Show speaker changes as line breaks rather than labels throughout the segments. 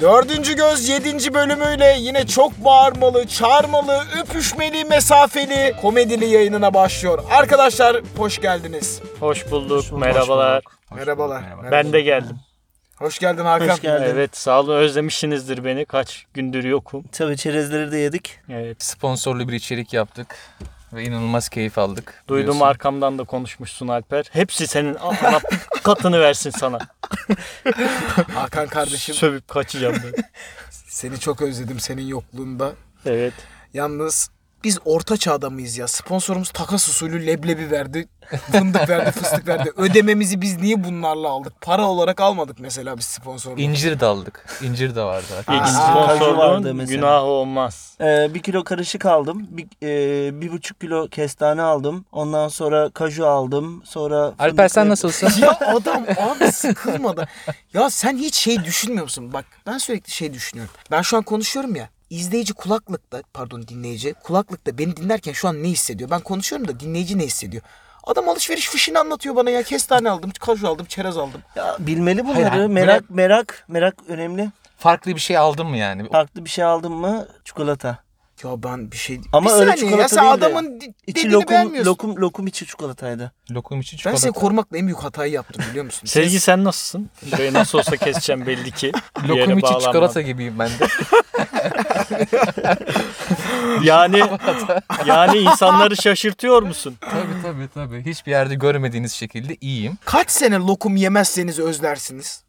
Dördüncü Göz 7. bölümüyle yine çok bağırmalı, çağırmalı, öpüşmeli, mesafeli komedili yayınına başlıyor. Arkadaşlar hoş geldiniz.
Hoş bulduk. Merhabalar.
Merhabalar.
Ben de geldim.
Hoş geldin Hakan.
Hoş geldin.
Evet sağ olun özlemişsinizdir beni. Kaç gündür yokum.
Tabii çerezleri de yedik.
Evet.
Sponsorlu bir içerik yaptık ve inanılmaz keyif aldık.
Duydum
Biliyorsun.
arkamdan da konuşmuşsun Alper. Hepsi senin Allah katını versin sana.
Hakan kardeşim
Sövüp kaçacağım ben.
seni çok özledim senin yokluğunda.
Evet.
Yalnız biz orta çağda mıyız ya? Sponsorumuz takas usulü leblebi verdi, fındık verdi, fıstık verdi. Ödememizi biz niye bunlarla aldık? Para olarak almadık mesela biz sponsorluğu.
İncir de aldık. İncir de vardı.
İlk
kaju
vardı
sponsorluğun
mesela.
günahı olmaz.
Ee, bir kilo karışık aldım. Bir, e, bir buçuk kilo kestane aldım. Ondan sonra kaju aldım. Sonra
Alper
fındıklı-
sen nasılsın?
ya adam abi sıkılmadı. Ya sen hiç şey düşünmüyor musun? Bak ben sürekli şey düşünüyorum. Ben şu an konuşuyorum ya. İzleyici kulaklıkta pardon dinleyici kulaklıkta beni dinlerken şu an ne hissediyor? Ben konuşuyorum da dinleyici ne hissediyor? Adam alışveriş fişini anlatıyor bana ya. Kestane aldım, kaju aldım, çerez aldım.
Ya, bilmeli bunları.
Hayır, hayır,
merak, merak, merak önemli.
Farklı bir şey aldın mı yani?
Farklı bir şey aldın mı? Çikolata.
Ya ben bir şey...
Ama
bir
öyle
saniye
çikolata
ya sen
değil de.
adamın de-
İçi
dediğini
lokum,
beğenmiyorsun.
lokum, lokum içi çikolataydı.
Lokum içi
Ben
çikolata.
seni korumakla en büyük hatayı yaptım biliyor musun?
Sevgi sen nasılsın? Burayı nasıl olsa keseceğim belli ki. Bir yere
Lokum içi
bağlanmadım.
çikolata gibiyim ben de.
Yani yani insanları şaşırtıyor musun?
tabii tabii tabii. Hiçbir yerde görmediğiniz şekilde iyiyim.
Kaç sene lokum yemezseniz özlersiniz.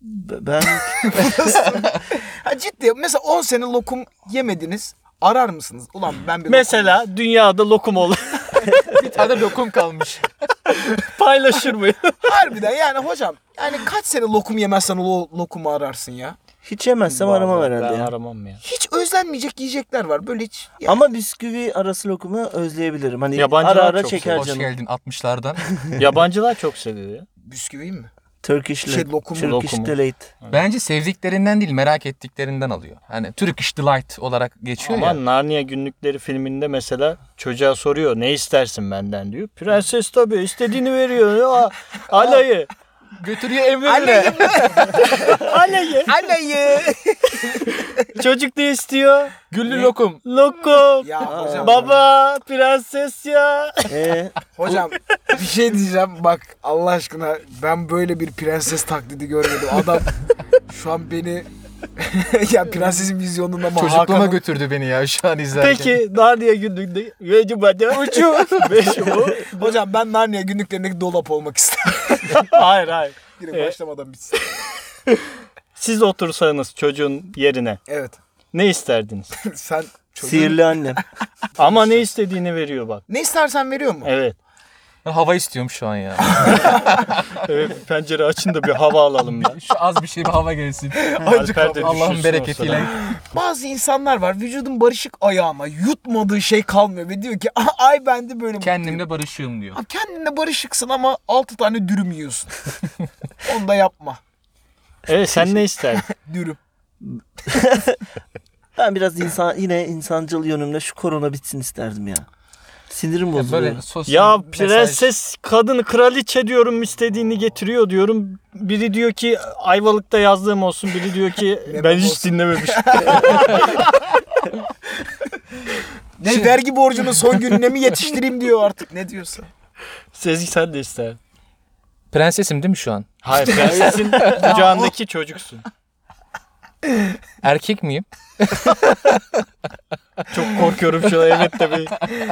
B- Ben
Ha ciddi mesela 10 sene lokum yemediniz. Arar mısınız? Ulan ben bir lokum-
Mesela dünyada lokum ol
Bir tane lokum kalmış.
paylaşır mı?
Harbiden yani hocam yani kaç sene lokum yemezsen o lokumu ararsın ya.
hiç yemezsem aramam herhalde
Ben
ya.
aramam ya.
Hiç özlenmeyecek yiyecekler var böyle hiç. Ya,
Ama bisküvi arası lokumu özleyebilirim. Hani
Yabancılar
ara ara
çok
çeker
Hoş
canım.
geldin 60'lardan.
Yabancılar çok seviyor ya.
bisküviyim mi?
Turkish
Şey,
Late.
lokumu.
Turkish
Lokumu.
Delight.
Bence sevdiklerinden değil merak ettiklerinden alıyor. Hani Turkish Delight olarak geçiyor
Ama
ya.
Narnia günlükleri filminde mesela çocuğa soruyor ne istersin benden diyor. Prenses tabii istediğini veriyor. Ya, alayı.
Götürüyor Emre'ye.
Alayı.
Alayı.
Çocuk ne istiyor?
Güllü lokum.
Lokum.
Ya hocam.
Baba prenses ya.
Ee,
Hocam bir şey diyeceğim bak Allah aşkına ben böyle bir prenses taklidi görmedim. Adam şu an beni ya prensesin vizyonunda mı
Çocukluğuma
Hakan'ın-
götürdü beni ya şu an izlerken.
Peki Narnia günlüğünde yedi bana ucu. Beşi bu.
Hocam ben Narnia günlüklerindeki dolap olmak isterim.
Hayır hayır.
Yine
Evet.
başlamadan bitsin.
Siz otursanız çocuğun yerine
Evet.
ne isterdiniz?
Sen çocuğun...
sihirli annem.
Ama ne istediğini veriyor bak.
Ne istersen veriyor mu?
Evet.
Ben hava istiyorum şu an ya.
Evet pencere açın da bir hava alalım ya.
Şu az bir şey bir hava gelsin.
Alper de
Allah'ın
düşünsün o
bereketiyle.
sırada.
Bazı insanlar var vücudun barışık ayağıma yutmadığı şey kalmıyor ve diyor ki "Ah, ay bende böyle mutluyum."
Kendimle barışıyorum diyor.
Abi kendinle barışıksın ama 6 tane dürüm yiyorsun. Onu da yapma.
Evet sen ne isterdin?
Dürüm.
Ben biraz insan yine insancıl yönümle şu korona bitsin isterdim ya. Sinirim
Ya
bozuluyor.
böyle sosyal
ya
mesaj-
prenses kadın kraliçe diyorum istediğini getiriyor diyorum. Biri diyor ki Ayvalık'ta yazdığım olsun. Biri diyor ki ben hiç
olsun."
dinlememişim.
Ne vergi borcunun son gününe mi yetiştireyim diyor artık ne diyorsa.
Sezgi sen de ister.
Prensesim değil mi şu an?
Hayır prensesin kucağındaki çocuksun.
Erkek miyim?
Çok korkuyorum şu an evet tabii.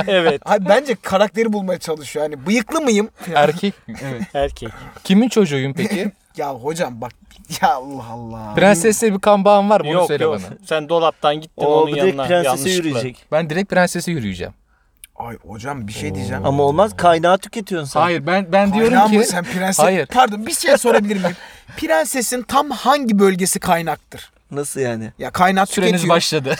Evet
Hayır bence karakteri bulmaya çalışıyor. Hani bıyıklı mıyım?
Erkek miyim? Evet.
erkek.
Kimin çocuğuyum peki?
Ya hocam bak ya Allah Allah.
Prensesle bir kan bağım var mı? Onu
yok
söyle
yok
bana.
sen dolaptan gittin
O
onun
bir direkt
yanına
prensese
yanlışlıkla.
yürüyecek.
Ben direkt prensese yürüyeceğim.
Ay hocam bir şey diyeceğim.
Ama olmaz kaynağı tüketiyorsun sen.
Hayır ben ben
Kaynağı
diyorum
mı?
ki
sen prenses...
Hayır.
Pardon bir şey sorabilir miyim? Prensesin tam hangi bölgesi kaynaktır?
Nasıl yani?
Ya kaynak
süreniz
tüketiyor.
başladı.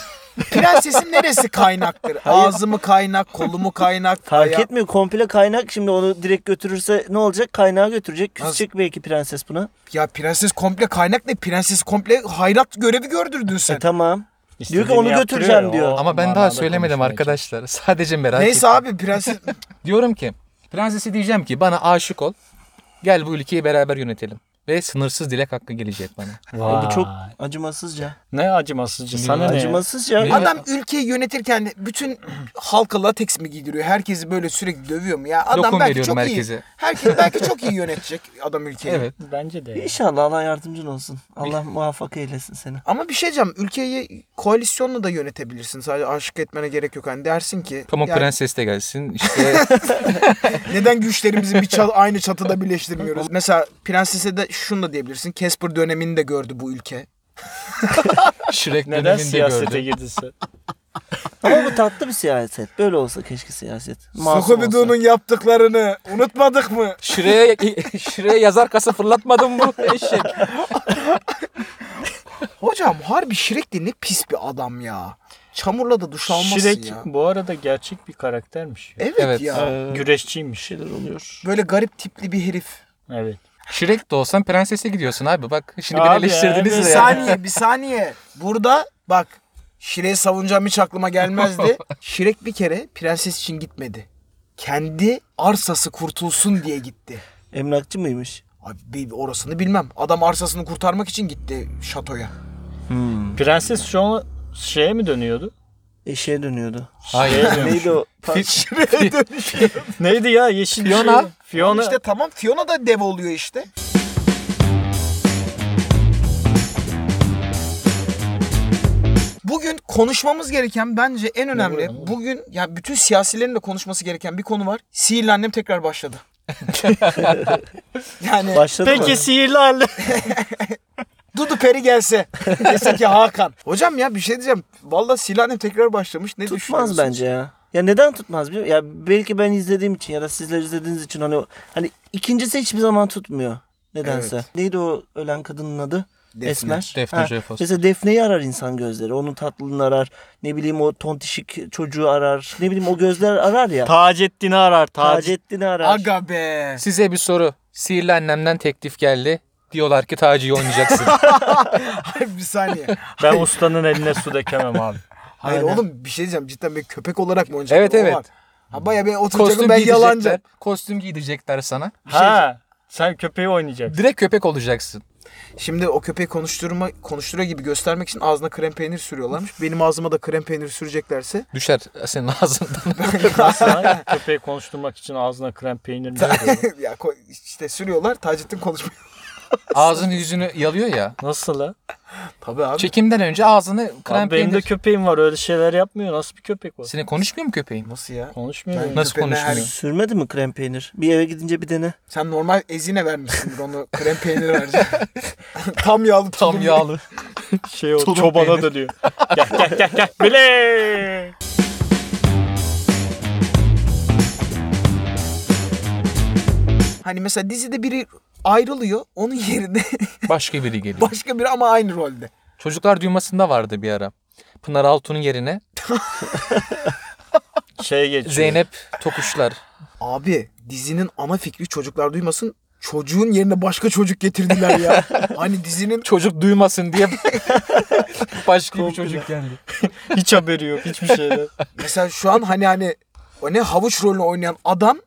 Prensesin neresi kaynaktır? Ağzı mı kaynak, kolu mu kaynak?
Fark
ayağı-
etmiyor komple kaynak şimdi onu direkt götürürse ne olacak? Kaynağı götürecek. Küsecek belki prenses buna. E,
Ya prenses komple kaynak ne? Prenses komple hayrat görevi gördürdün
E
sen.
tamam. Diyor ki
İstediğini
onu
yaptırıyor
götüreceğim
ya,
diyor.
o
Ama ben daha
manada
söylemedim
konuşmaya çalışıyor.
arkadaşlar. Sadece merak
Neyse
ettim.
abi prenses...
Diyorum ki prensesi diyeceğim ki bana aşık ol. Gel bu ülkeyi beraber yönetelim. Ve sınırsız dilek hakkı gelecek bana.
Abi
Vay.
çok acımasızca.
ne acımasızca sana ne?
Acımasızca.
Bir-
Adam ülkeyi yönetirken de bütün halka lateks mi giydiriyor? Herkesi böyle sürekli dövüyor mu ya? Adam
Lokum
belki
veriyorum
çok iyi.
herkese.
Herkes belki çok iyi yönetecek adam ülkeyi.
Evet.
Bence de. ya.
İnşallah Allah yardımcın olsun. Allah muvaffak eylesin seni.
Ama bir şey diyeceğim. Ülkeyi koalisyonla da yönetebilirsin. Sadece aşık etmene gerek yok. Hani dersin ki
Pamuk
yani
Prenses de gelsin. İşte
neden güçlerimizi bir çal- aynı çatıda birleştirmiyoruz? Mesela prensese de şunu da diyebilirsin. Casper dönemini de gördü bu ülke.
Shrek
Neden
döneminde
siyasete
gördüm.
girdin sen?
Ama bu tatlı bir siyaset. Böyle olsa keşke siyaset. Masum olsa.
Sokobido'nun yaptıklarını unutmadık mı?
Şire'ye Şire'ye yazar kasa fırlatmadın mı eşek?
Hocam harbi Şirek de ne pis bir adam ya. Çamurla da duş almasın
Şirek
ya.
bu arada gerçek bir karaktermiş. Ya.
Evet,
Evet.
ya.
Ee,
Güreşçiymiş.
şeyler oluyor.
Böyle garip tipli bir herif.
Evet.
Şirek de olsan prensese gidiyorsun abi. Bak şimdi
Abi
beni
ya,
eleştirdiniz
Bir
de yani.
saniye, bir saniye. Burada bak Şirek'i savunacağım hiç aklıma gelmezdi. Şirek bir kere prenses için gitmedi. Kendi arsası kurtulsun diye gitti.
Emlakçı mıymış?
Abi bir- orasını bilmem. Adam arsasını kurtarmak için gitti şatoya.
Prenses şu an şeye mi dönüyordu?
Eşeğe dönüyordu.
Hayır.
şey
Şeye dönüyor.
Neydi o?
Şire'ye dönüşüyor.
Neydi ya? Yeşil bir
Fiona.
şey. Fiona.
işte tamam Fiona da dev oluyor işte. Bugün konuşmamız gereken bence en önemli. Bugün ya bütün siyasilerin de konuşması gereken bir konu var. Sihirli annem tekrar başladı. yani
Başladı mı?
Peki sihirli halde.
Dudu Peri gelse. Dese ki Hakan. Hocam ya bir şey diyeceğim. Valla Sihirli annem tekrar başlamış. Ne
Tutmaz
düşünüyorsun?
bence ya. Ya neden tutmaz biliyor Ya belki ben izlediğim için ya da sizler izlediğiniz için hani hani ikincisi hiçbir zaman tutmuyor. Nedense.
Evet.
Neydi o ölen kadının adı?
Defne.
Esmer.
Defne
Ha,
Dreyfus.
Mesela Defne'yi arar insan gözleri. Onun tatlılığını arar. Ne bileyim o tontişik çocuğu arar. Ne bileyim o gözler arar ya.
Taceddin'i arar. Taceddin.
Taceddin'i arar.
Aga be.
Size bir soru. Sihirli annemden teklif geldi. Diyorlar ki Taci'yi oynayacaksın.
Hayır bir saniye.
Ben ustanın eline su dökemem abi.
Hayır
Aynen.
oğlum bir şey diyeceğim. Cidden bir köpek olarak mı oynayacak?
Evet,
O
evet.
var. Ha bayağı ben oturacağım
kostüm
ben
giydirecekler.
yalancı.
Kostüm giydirecekler sana.
Ha. Sen köpeği oynayacaksın.
Direkt köpek olacaksın.
Şimdi o köpeği konuşturma konuştura gibi göstermek için ağzına krem peynir sürüyorlarmış. Benim ağzıma da krem peynir süreceklerse
Düşer senin ağzından.
Nasıl lan? Köpeği konuşturmak için ağzına krem peynir mi koyuyorsun?
ya ko- işte sürüyorlar. Taceddin konuşmuyor.
Ağzını yüzünü yalıyor ya.
Nasıl la?
Tabii abi.
Çekimden önce ağzını krem
Abi benim de
peynir.
köpeğim var öyle şeyler yapmıyor. Nasıl bir köpek o?
Senin konuşmuyor mu köpeğin?
Nasıl ya?
Konuşmuyor.
Ben
mu?
Nasıl
köpeğine
konuşmuyor?
Sürmedi mi krem peynir? Bir eve gidince bir dene.
Sen normal ezine vermişsindir onu krem peynir vereceksin. Tam yağlı
Tam yağlı.
Şey o
Tulum
çobana
peynir.
dönüyor. gel gel gel gel. Bile.
Hani mesela dizide biri ayrılıyor. Onun yerine
Başka biri geliyor.
başka biri ama aynı rolde.
Çocuklar düğmasında vardı bir ara. Pınar Altun'un yerine
Şey geçiyor.
Zeynep Tokuşlar.
Abi dizinin ana fikri çocuklar duymasın. Çocuğun yerine başka çocuk getirdiler ya. hani dizinin
Çocuk duymasın diye başka bir çocuk geldi.
Hiç haberi yok hiçbir şeyden.
mesela şu an hani hani o ne havuç rolünü oynayan adam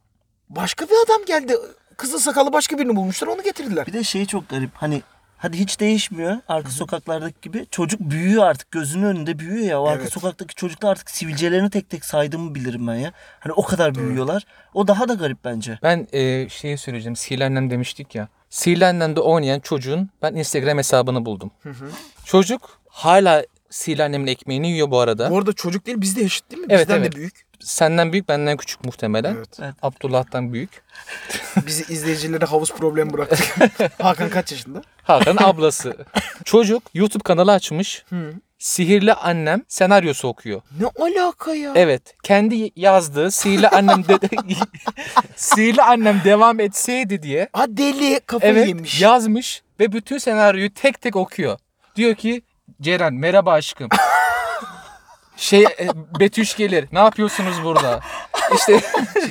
başka bir adam geldi. Kızıl sakalı başka birini bulmuşlar onu getirdiler.
Bir de şey çok garip. Hani hadi hiç değişmiyor. Arka sokaklardaki gibi. Çocuk büyüyor artık. Gözünün önünde büyüyor ya. O arka
Evet.
sokaktaki çocuklar artık sivilcelerini tek tek saydığımı bilirim ben ya. Hani o kadar büyüyorlar. O daha da garip bence.
Ben e, şeyi söyleyeceğim. Sihirli annem demiştik ya. Sihirli annemde oynayan çocuğun ben Instagram hesabını buldum. Çocuk hala sihirli annemin ekmeğini yiyor bu arada.
Bu arada çocuk değil biz de eşit değil mi?
Evet,
Bizden
evet.
de büyük.
Senden büyük benden küçük muhtemelen.
Evet.
Evet.
Abdullah'tan büyük.
Bizi izleyicilere havuz problemi bıraktık. Hakan kaç yaşında?
Hakan ablası. Çocuk YouTube kanalı açmış. Sihirli annem senaryosu okuyor.
Ne alaka ya?
Evet. Kendi yazdığı sihirli annem de sihirli annem devam etseydi diye
Ha deli kafayı
evet
yemiş.
yazmış ve bütün senaryoyu tek tek okuyor. Diyor ki Ceren merhaba aşkım. şey e, Betüş gelir. Ne yapıyorsunuz burada? İşte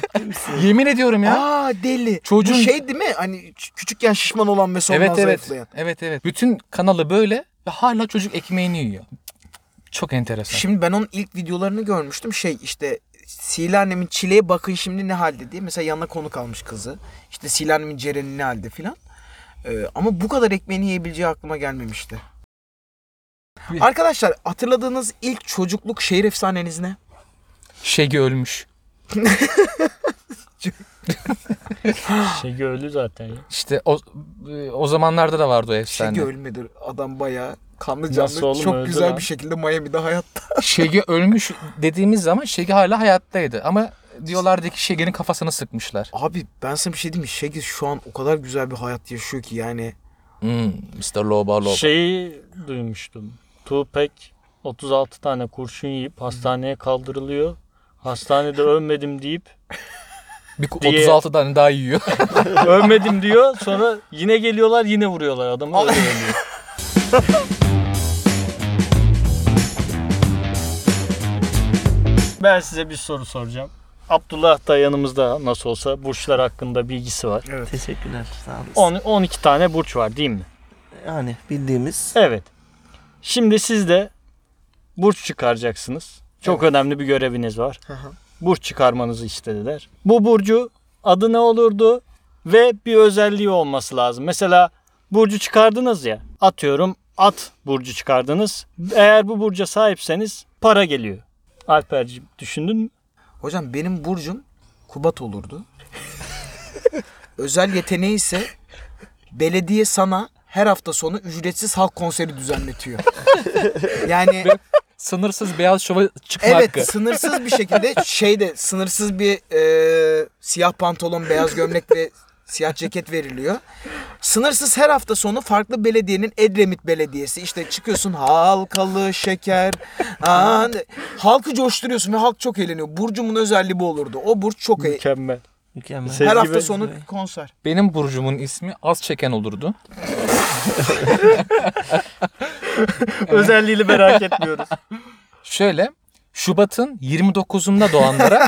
yemin ediyorum ya.
Aa deli.
Çocuğun-
Bu şey değil mi? Hani ç- küçükken şişman olan ve sonradan
evet evet.
zayıflayan.
Evet evet. Bütün kanalı böyle ve hala çocuk ekmeğini yiyor. Çok enteresan.
Şimdi ben onun ilk videolarını görmüştüm. Şey işte Sihirli annemin çileye bakın şimdi ne halde diye. Mesela yanına konuk almış kızı. İşte Sihirli annemin Ceren'i ne halde filan. Ee, ama bu kadar ekmeğini yiyebileceği aklıma gelmemişti.
Bir-
Arkadaşlar hatırladığınız ilk çocukluk şehir efsaneniz ne?
Şegi ölmüş.
Şey ölü zaten ya.
İşte o, e, o zamanlarda da vardı o efsane.
Şegi ölmedir. şey Adam bayağı kanlı canlı
Nasıl oğlum,
çok
öldü
güzel
lan.
bir şekilde Miami'de hayatta.
Şegi ölmüş dediğimiz zaman Şegi hala hayattaydı. Ama diyorlardı ki Şegi'nin kafasını sıkmışlar.
Abi ben sana bir şey diyeyim mi? Şegi şu an o kadar güzel bir hayat yaşıyor ki yani.
Hmm, Mr. Loba Loba.
Şeyi duymuştum. Tupac 36 tane kurşun yiyip hastaneye kaldırılıyor. Hastanede ölmedim deyip
Bir ku-
diye-
36 tane daha yiyor.
ölmedim diyor. Sonra yine geliyorlar yine vuruyorlar adamı öyle ölüyor. Ben size bir soru soracağım. Abdullah da yanımızda nasıl olsa burçlar hakkında bilgisi var.
Teşekkürler. Sağ
10
olasın.
12 tane burç var değil mi?
Yani bildiğimiz.
Evet. Şimdi siz de burç çıkaracaksınız. Çok önemli bir göreviniz var. Burç çıkarmanızı istediler. Bu burcu adı ne olurdu ve bir özelliği olması lazım. Mesela burcu çıkardınız ya. Atıyorum at burcu çıkardınız. Eğer bu burca sahipseniz para geliyor. Alperciğim düşündün mü?
Hocam benim burcum Kubat olurdu. Özel yeteneği ise belediye sana her hafta sonu ücretsiz halk konseri düzenletiyor. Yani
Sınırsız beyaz şova çıkma hakkı.
evet sınırsız bir şekilde şeyde sınırsız bir e, siyah pantolon, beyaz gömlek ve siyah ceket veriliyor. Sınırsız her hafta sonu farklı belediyenin Edremit Belediyesi işte çıkıyorsun halkalı şeker aa, halkı coşturuyorsun ve halk çok eğleniyor. Burcumun özelliği bu olurdu. O burç çok eğleniyor.
Mükemmel.
Mükemmel.
Se-
Her
Ezgi
hafta
Bey-
sonu konser.
Benim burcumun ismi az çeken olurdu.
Özelliğini merak etmiyoruz.
Şöyle Şubat'ın 29'unda doğanlara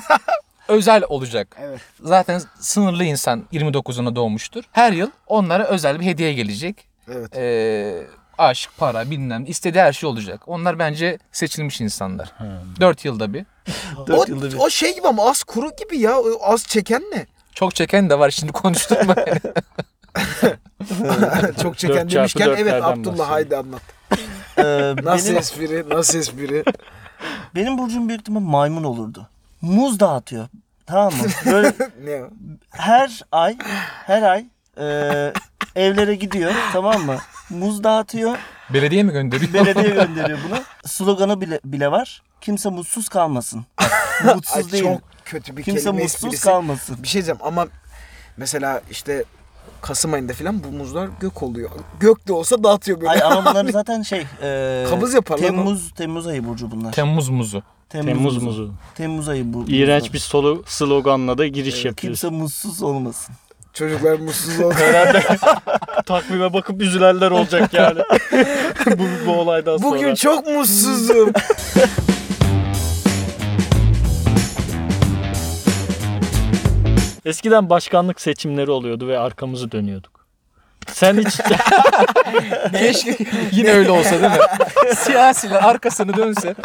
özel olacak. Zaten sınırlı insan 29'una doğmuştur. Her yıl onlara özel bir hediye gelecek.
Evet.
Ee, aşk, para bilmem istediği her şey olacak. Onlar bence seçilmiş insanlar. 4 yılda bir.
O,
Dört yılda bir.
o şey gibi ama az kuru gibi ya. O Az çeken ne?
Çok çeken de var şimdi konuştuk mu?
Çok
çarpı
çeken demişken evet
dörtlerden
Abdullah
bahsediyor.
haydi anlat.
Ee,
Nasıl
benim,
espri? Nasıl espri?
benim burcum büyük ihtimal maymun olurdu. Muz dağıtıyor. Tamam mı? Böyle
ne o?
her ay her ay e, evlere gidiyor tamam mı? Muz dağıtıyor.
Belediye mi gönderiyor?
Belediye gönderiyor bunu. Sloganı bile, bile var. Kimse mutsuz kalmasın. Mutsuz
Ay,
değil.
çok kötü bir
Kimse
kelime
mutsuz
esprisi.
kalmasın.
Bir şey diyeceğim ama mesela işte Kasım ayında falan bu muzlar gök oluyor. Gök de olsa dağıtıyor Hani böyle.
Ay ama bunlar zaten şey e,
Kabız yaparlar ama.
Temmuz Temmuz ayı burcu bunlar.
Temmuz muzu.
Temmuz muzu.
Temmuz ayı burcu.
İğrenç bir solo sloganla da giriş yapıyoruz.
Kimse mutsuz olmasın.
Çocuklar mutsuz oldu.
Takvime bakıp üzülenler olacak yani. bu, bu olaydan sonra.
Bugün çok mutsuzum.
Eskiden başkanlık seçimleri oluyordu ve arkamızı dönüyorduk. Sen hiç
Keşke yine öyle olsa değil mi? Siyasiler arkasını dönse.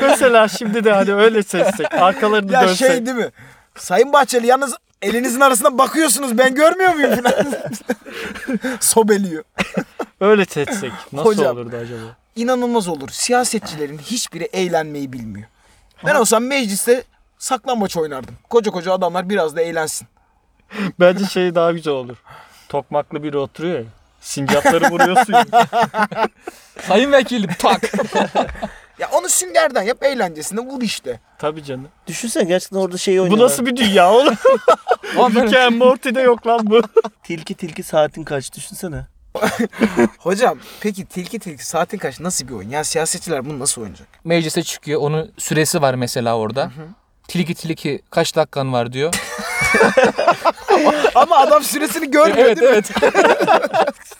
mesela şimdi de hani öyle seçsek, arkalarını
ya
dönsek.
şey değil mi? Sayın Bahçeli yalnız elinizin arasına bakıyorsunuz ben görmüyor muyum falan. Sobeliyor.
Öyle seçsek nasıl
Hocam.
olurdu acaba?
inanılmaz olur. Siyasetçilerin hiçbiri eğlenmeyi bilmiyor. Ben olsam mecliste saklambaç oynardım. Koca koca adamlar biraz da eğlensin.
Bence şey daha güzel olur. Tokmaklı biri oturuyor ya. Sincapları vuruyorsun. ya.
Sayın vekilim tak.
Ya onu süngerden yap eğlencesinde vur işte.
Tabii canım.
Düşünsene gerçekten orada şey oynuyorlar.
Bu nasıl bir dünya oğlum?
Ama böyle-
Rick and Morty'de yok lan bu.
Tilki tilki saatin kaç düşünsene.
Hocam peki tilki tilki saatin kaç nasıl bir oyun? Ya siyasetçiler bunu nasıl oynayacak?
meclise çıkıyor. Onun süresi var mesela orada. Tilki tilki kaç dakikan var diyor.
Ama adam süresini görmüyor değil mi?
evet.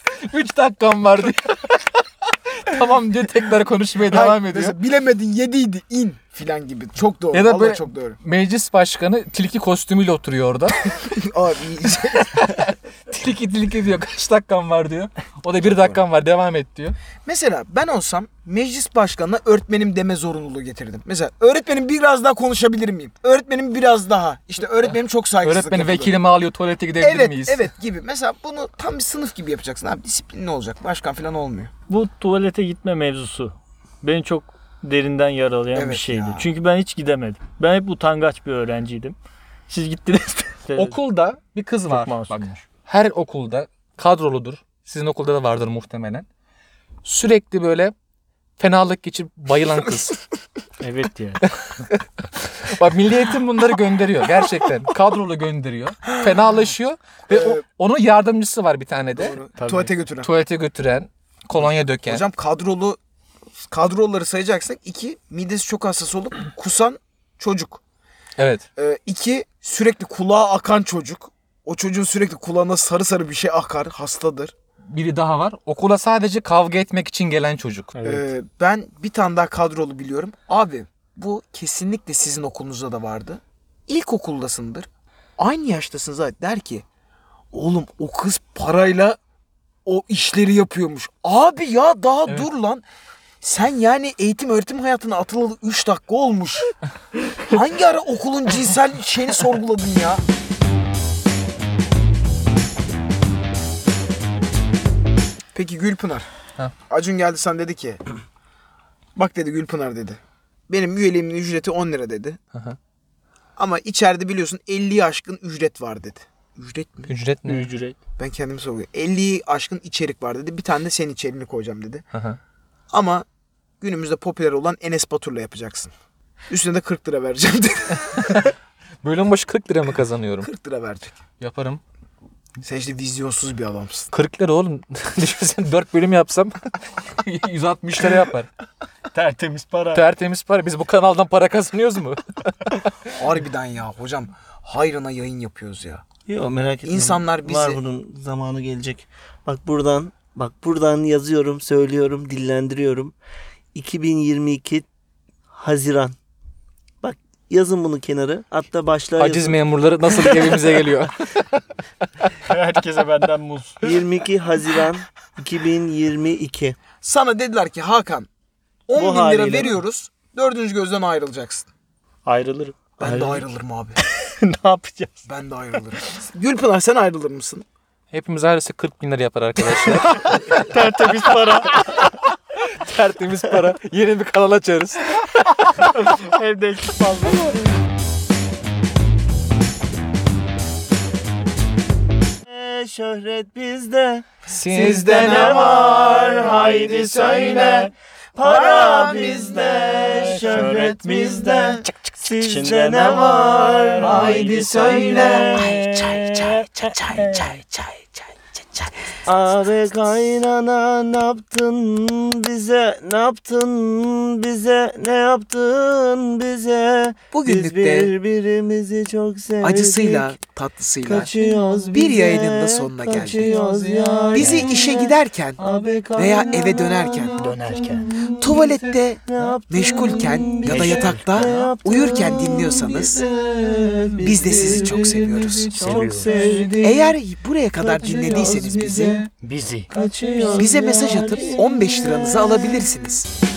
3 dakikan var diyor. tamam diyor tekrar konuşmaya
Hayır,
devam ediyor.
mesela bilemedin yediydi in filan gibi. Çok doğru.
Ya da
Vallahi
böyle-
çok doğru.
Meclis başkanı tilki kostümüyle oturuyor orada.
Abi iyice-
tilki tilki diyor kaç dakikan var diyor. O da bir dakikan var devam et diyor.
Mesela ben olsam meclis başkanına öğretmenim deme zorunluluğu getirdim. Mesela öğretmenim biraz daha konuşabilir miyim? Öğretmenim biraz daha. İşte öğretmenim çok saygısızlık
Öğretmeni
yapıyor.
vekilimi alıyor tuvalete gidebilir
Evet,
miyiz?
evet gibi. Mesela bunu tam bir sınıf gibi yapacaksın abi. Disiplinli olacak. Başkan falan olmuyor.
Bu tuvalete gitme mevzusu beni çok derinden yaralayan
Evet
bir şeydi.
ya.
Çünkü ben hiç gidemedim. Ben hep utangaç bir öğrenciydim. Siz gittiniz.
Okulda bir kız var. Bak
masummuş.
her okulda kadroludur. Sizin okulda da vardır muhtemelen. Sürekli böyle fenalık geçirip bayılan kız.
Evet yani.
Bak Milli Eğitim bunları gönderiyor gerçekten. Kadrolu gönderiyor. Fenalaşıyor ve o-
Evet.
onun yardımcısı var bir tane de.
Tabii.
Tuvalete götüren.
Tuvalete götüren, kolonya döken.
Hocam kadrolu kadroları sayacaksak iki midesi çok hassas olup kusan çocuk.
Evet.
Ee, iki sürekli kulağa akan çocuk. O çocuğun sürekli kulağına sarı sarı bir şey akar. Hastadır.
Biri daha var. Okula sadece kavga etmek için gelen çocuk.
Evet.
Ee, ben bir tane daha kadrolu biliyorum. Abi bu kesinlikle sizin okulunuzda da vardı. İlkokuldasındır. Aynı yaştasın zaten der ki oğlum o kız parayla o işleri yapıyormuş. Abi ya daha
Evet.
dur lan. Sen yani eğitim öğretim hayatına atılalı 3 dakika olmuş. Hangi ara okulun cinsel şeyini sorguladın ya? Peki Gülpınar.
Ha.
Acun geldi sen dedi ki. Bak dedi Gülpınar dedi. Benim üyeliğimin ücreti 10 lira dedi.
hı.
Ama içeride biliyorsun 50'yi aşkın ücret var dedi. Ücret mi?
Ücret ne?
Ücret.
Ben kendimi sorguluyorum. 50'yi aşkın içerik var dedi. Bir tane de senin içeriğini koyacağım dedi.
Hı hı.
Ama günümüzde popüler olan Enes Batur'la yapacaksın. Üstüne de 40 lira vereceğim dedi.
Bölüm başı 40 lira mı kazanıyorum?
40 lira verecek.
Yaparım.
Sen işte vizyonsuz bir adamsın.
40 lira oğlum. Düşünsene 4 bölüm yapsam 160 lira yapar.
Tertemiz para.
Tertemiz para. Biz bu kanaldan para kazanıyoruz mu?
Harbiden ya hocam hayrına yayın yapıyoruz ya.
Yok merak etme.
İnsanlar bizi-
Var bunun zamanı gelecek. Bak buradan bak buradan yazıyorum, söylüyorum, dillendiriyorum. 2022 Haziran. Bak yazın bunu kenarı. Hatta başlığa
Aciz
yazın.
memurları nasıl evimize geliyor?
Herkese benden muz.
22 Haziran 2022.
Sana dediler ki Hakan 10
Bu
bin lira
haliyle-
veriyoruz. Dördüncü gözden ayrılacaksın.
Ayrılırım.
Ben de ayrılırım abi.
ne yapacağız?
Ben de ayrılırım. Gülpınar sen ayrılır mısın?
Hepimiz ayrısı 40 bin lira yapar arkadaşlar.
Tertemiz para.
Tertemiz para. Yeni bir kanal açarız.
Evde eksik fazla.
Ee, Şöhret bizde.
Sizde ne var? Haydi söyle. Para bizde,
şöhret bizde.
Sizde ne var?
Haydi söyle.
çay çay çay çay çay.
Abi kaynana ne yaptın bize? Ne yaptın bize? Ne yaptın bize? Biz
Bugünlük de
birbirimizi çok sevdik.
acısıyla tatlısıyla
kaçıyoruz
bir
bize,
yayının da sonuna geldik.
kaçıyoruz yarine.
bizi işe giderken
Abi
veya
kaynana
eve dönerken
Dönerken.
tuvalette
ne yaptın
meşgulken ya da
bize?
Ne
yatakta
yaptın
uyurken dinliyorsanız
bize?
biz de sizi çok
birbirimizi
seviyoruz.
Seviyoruz.
çok sevdik.
eğer buraya kadar dinlediyseniz bizi
Bizi.
Kaçıyoruz
bize mesaj atıp
yarine.
15 liranızı alabilirsiniz.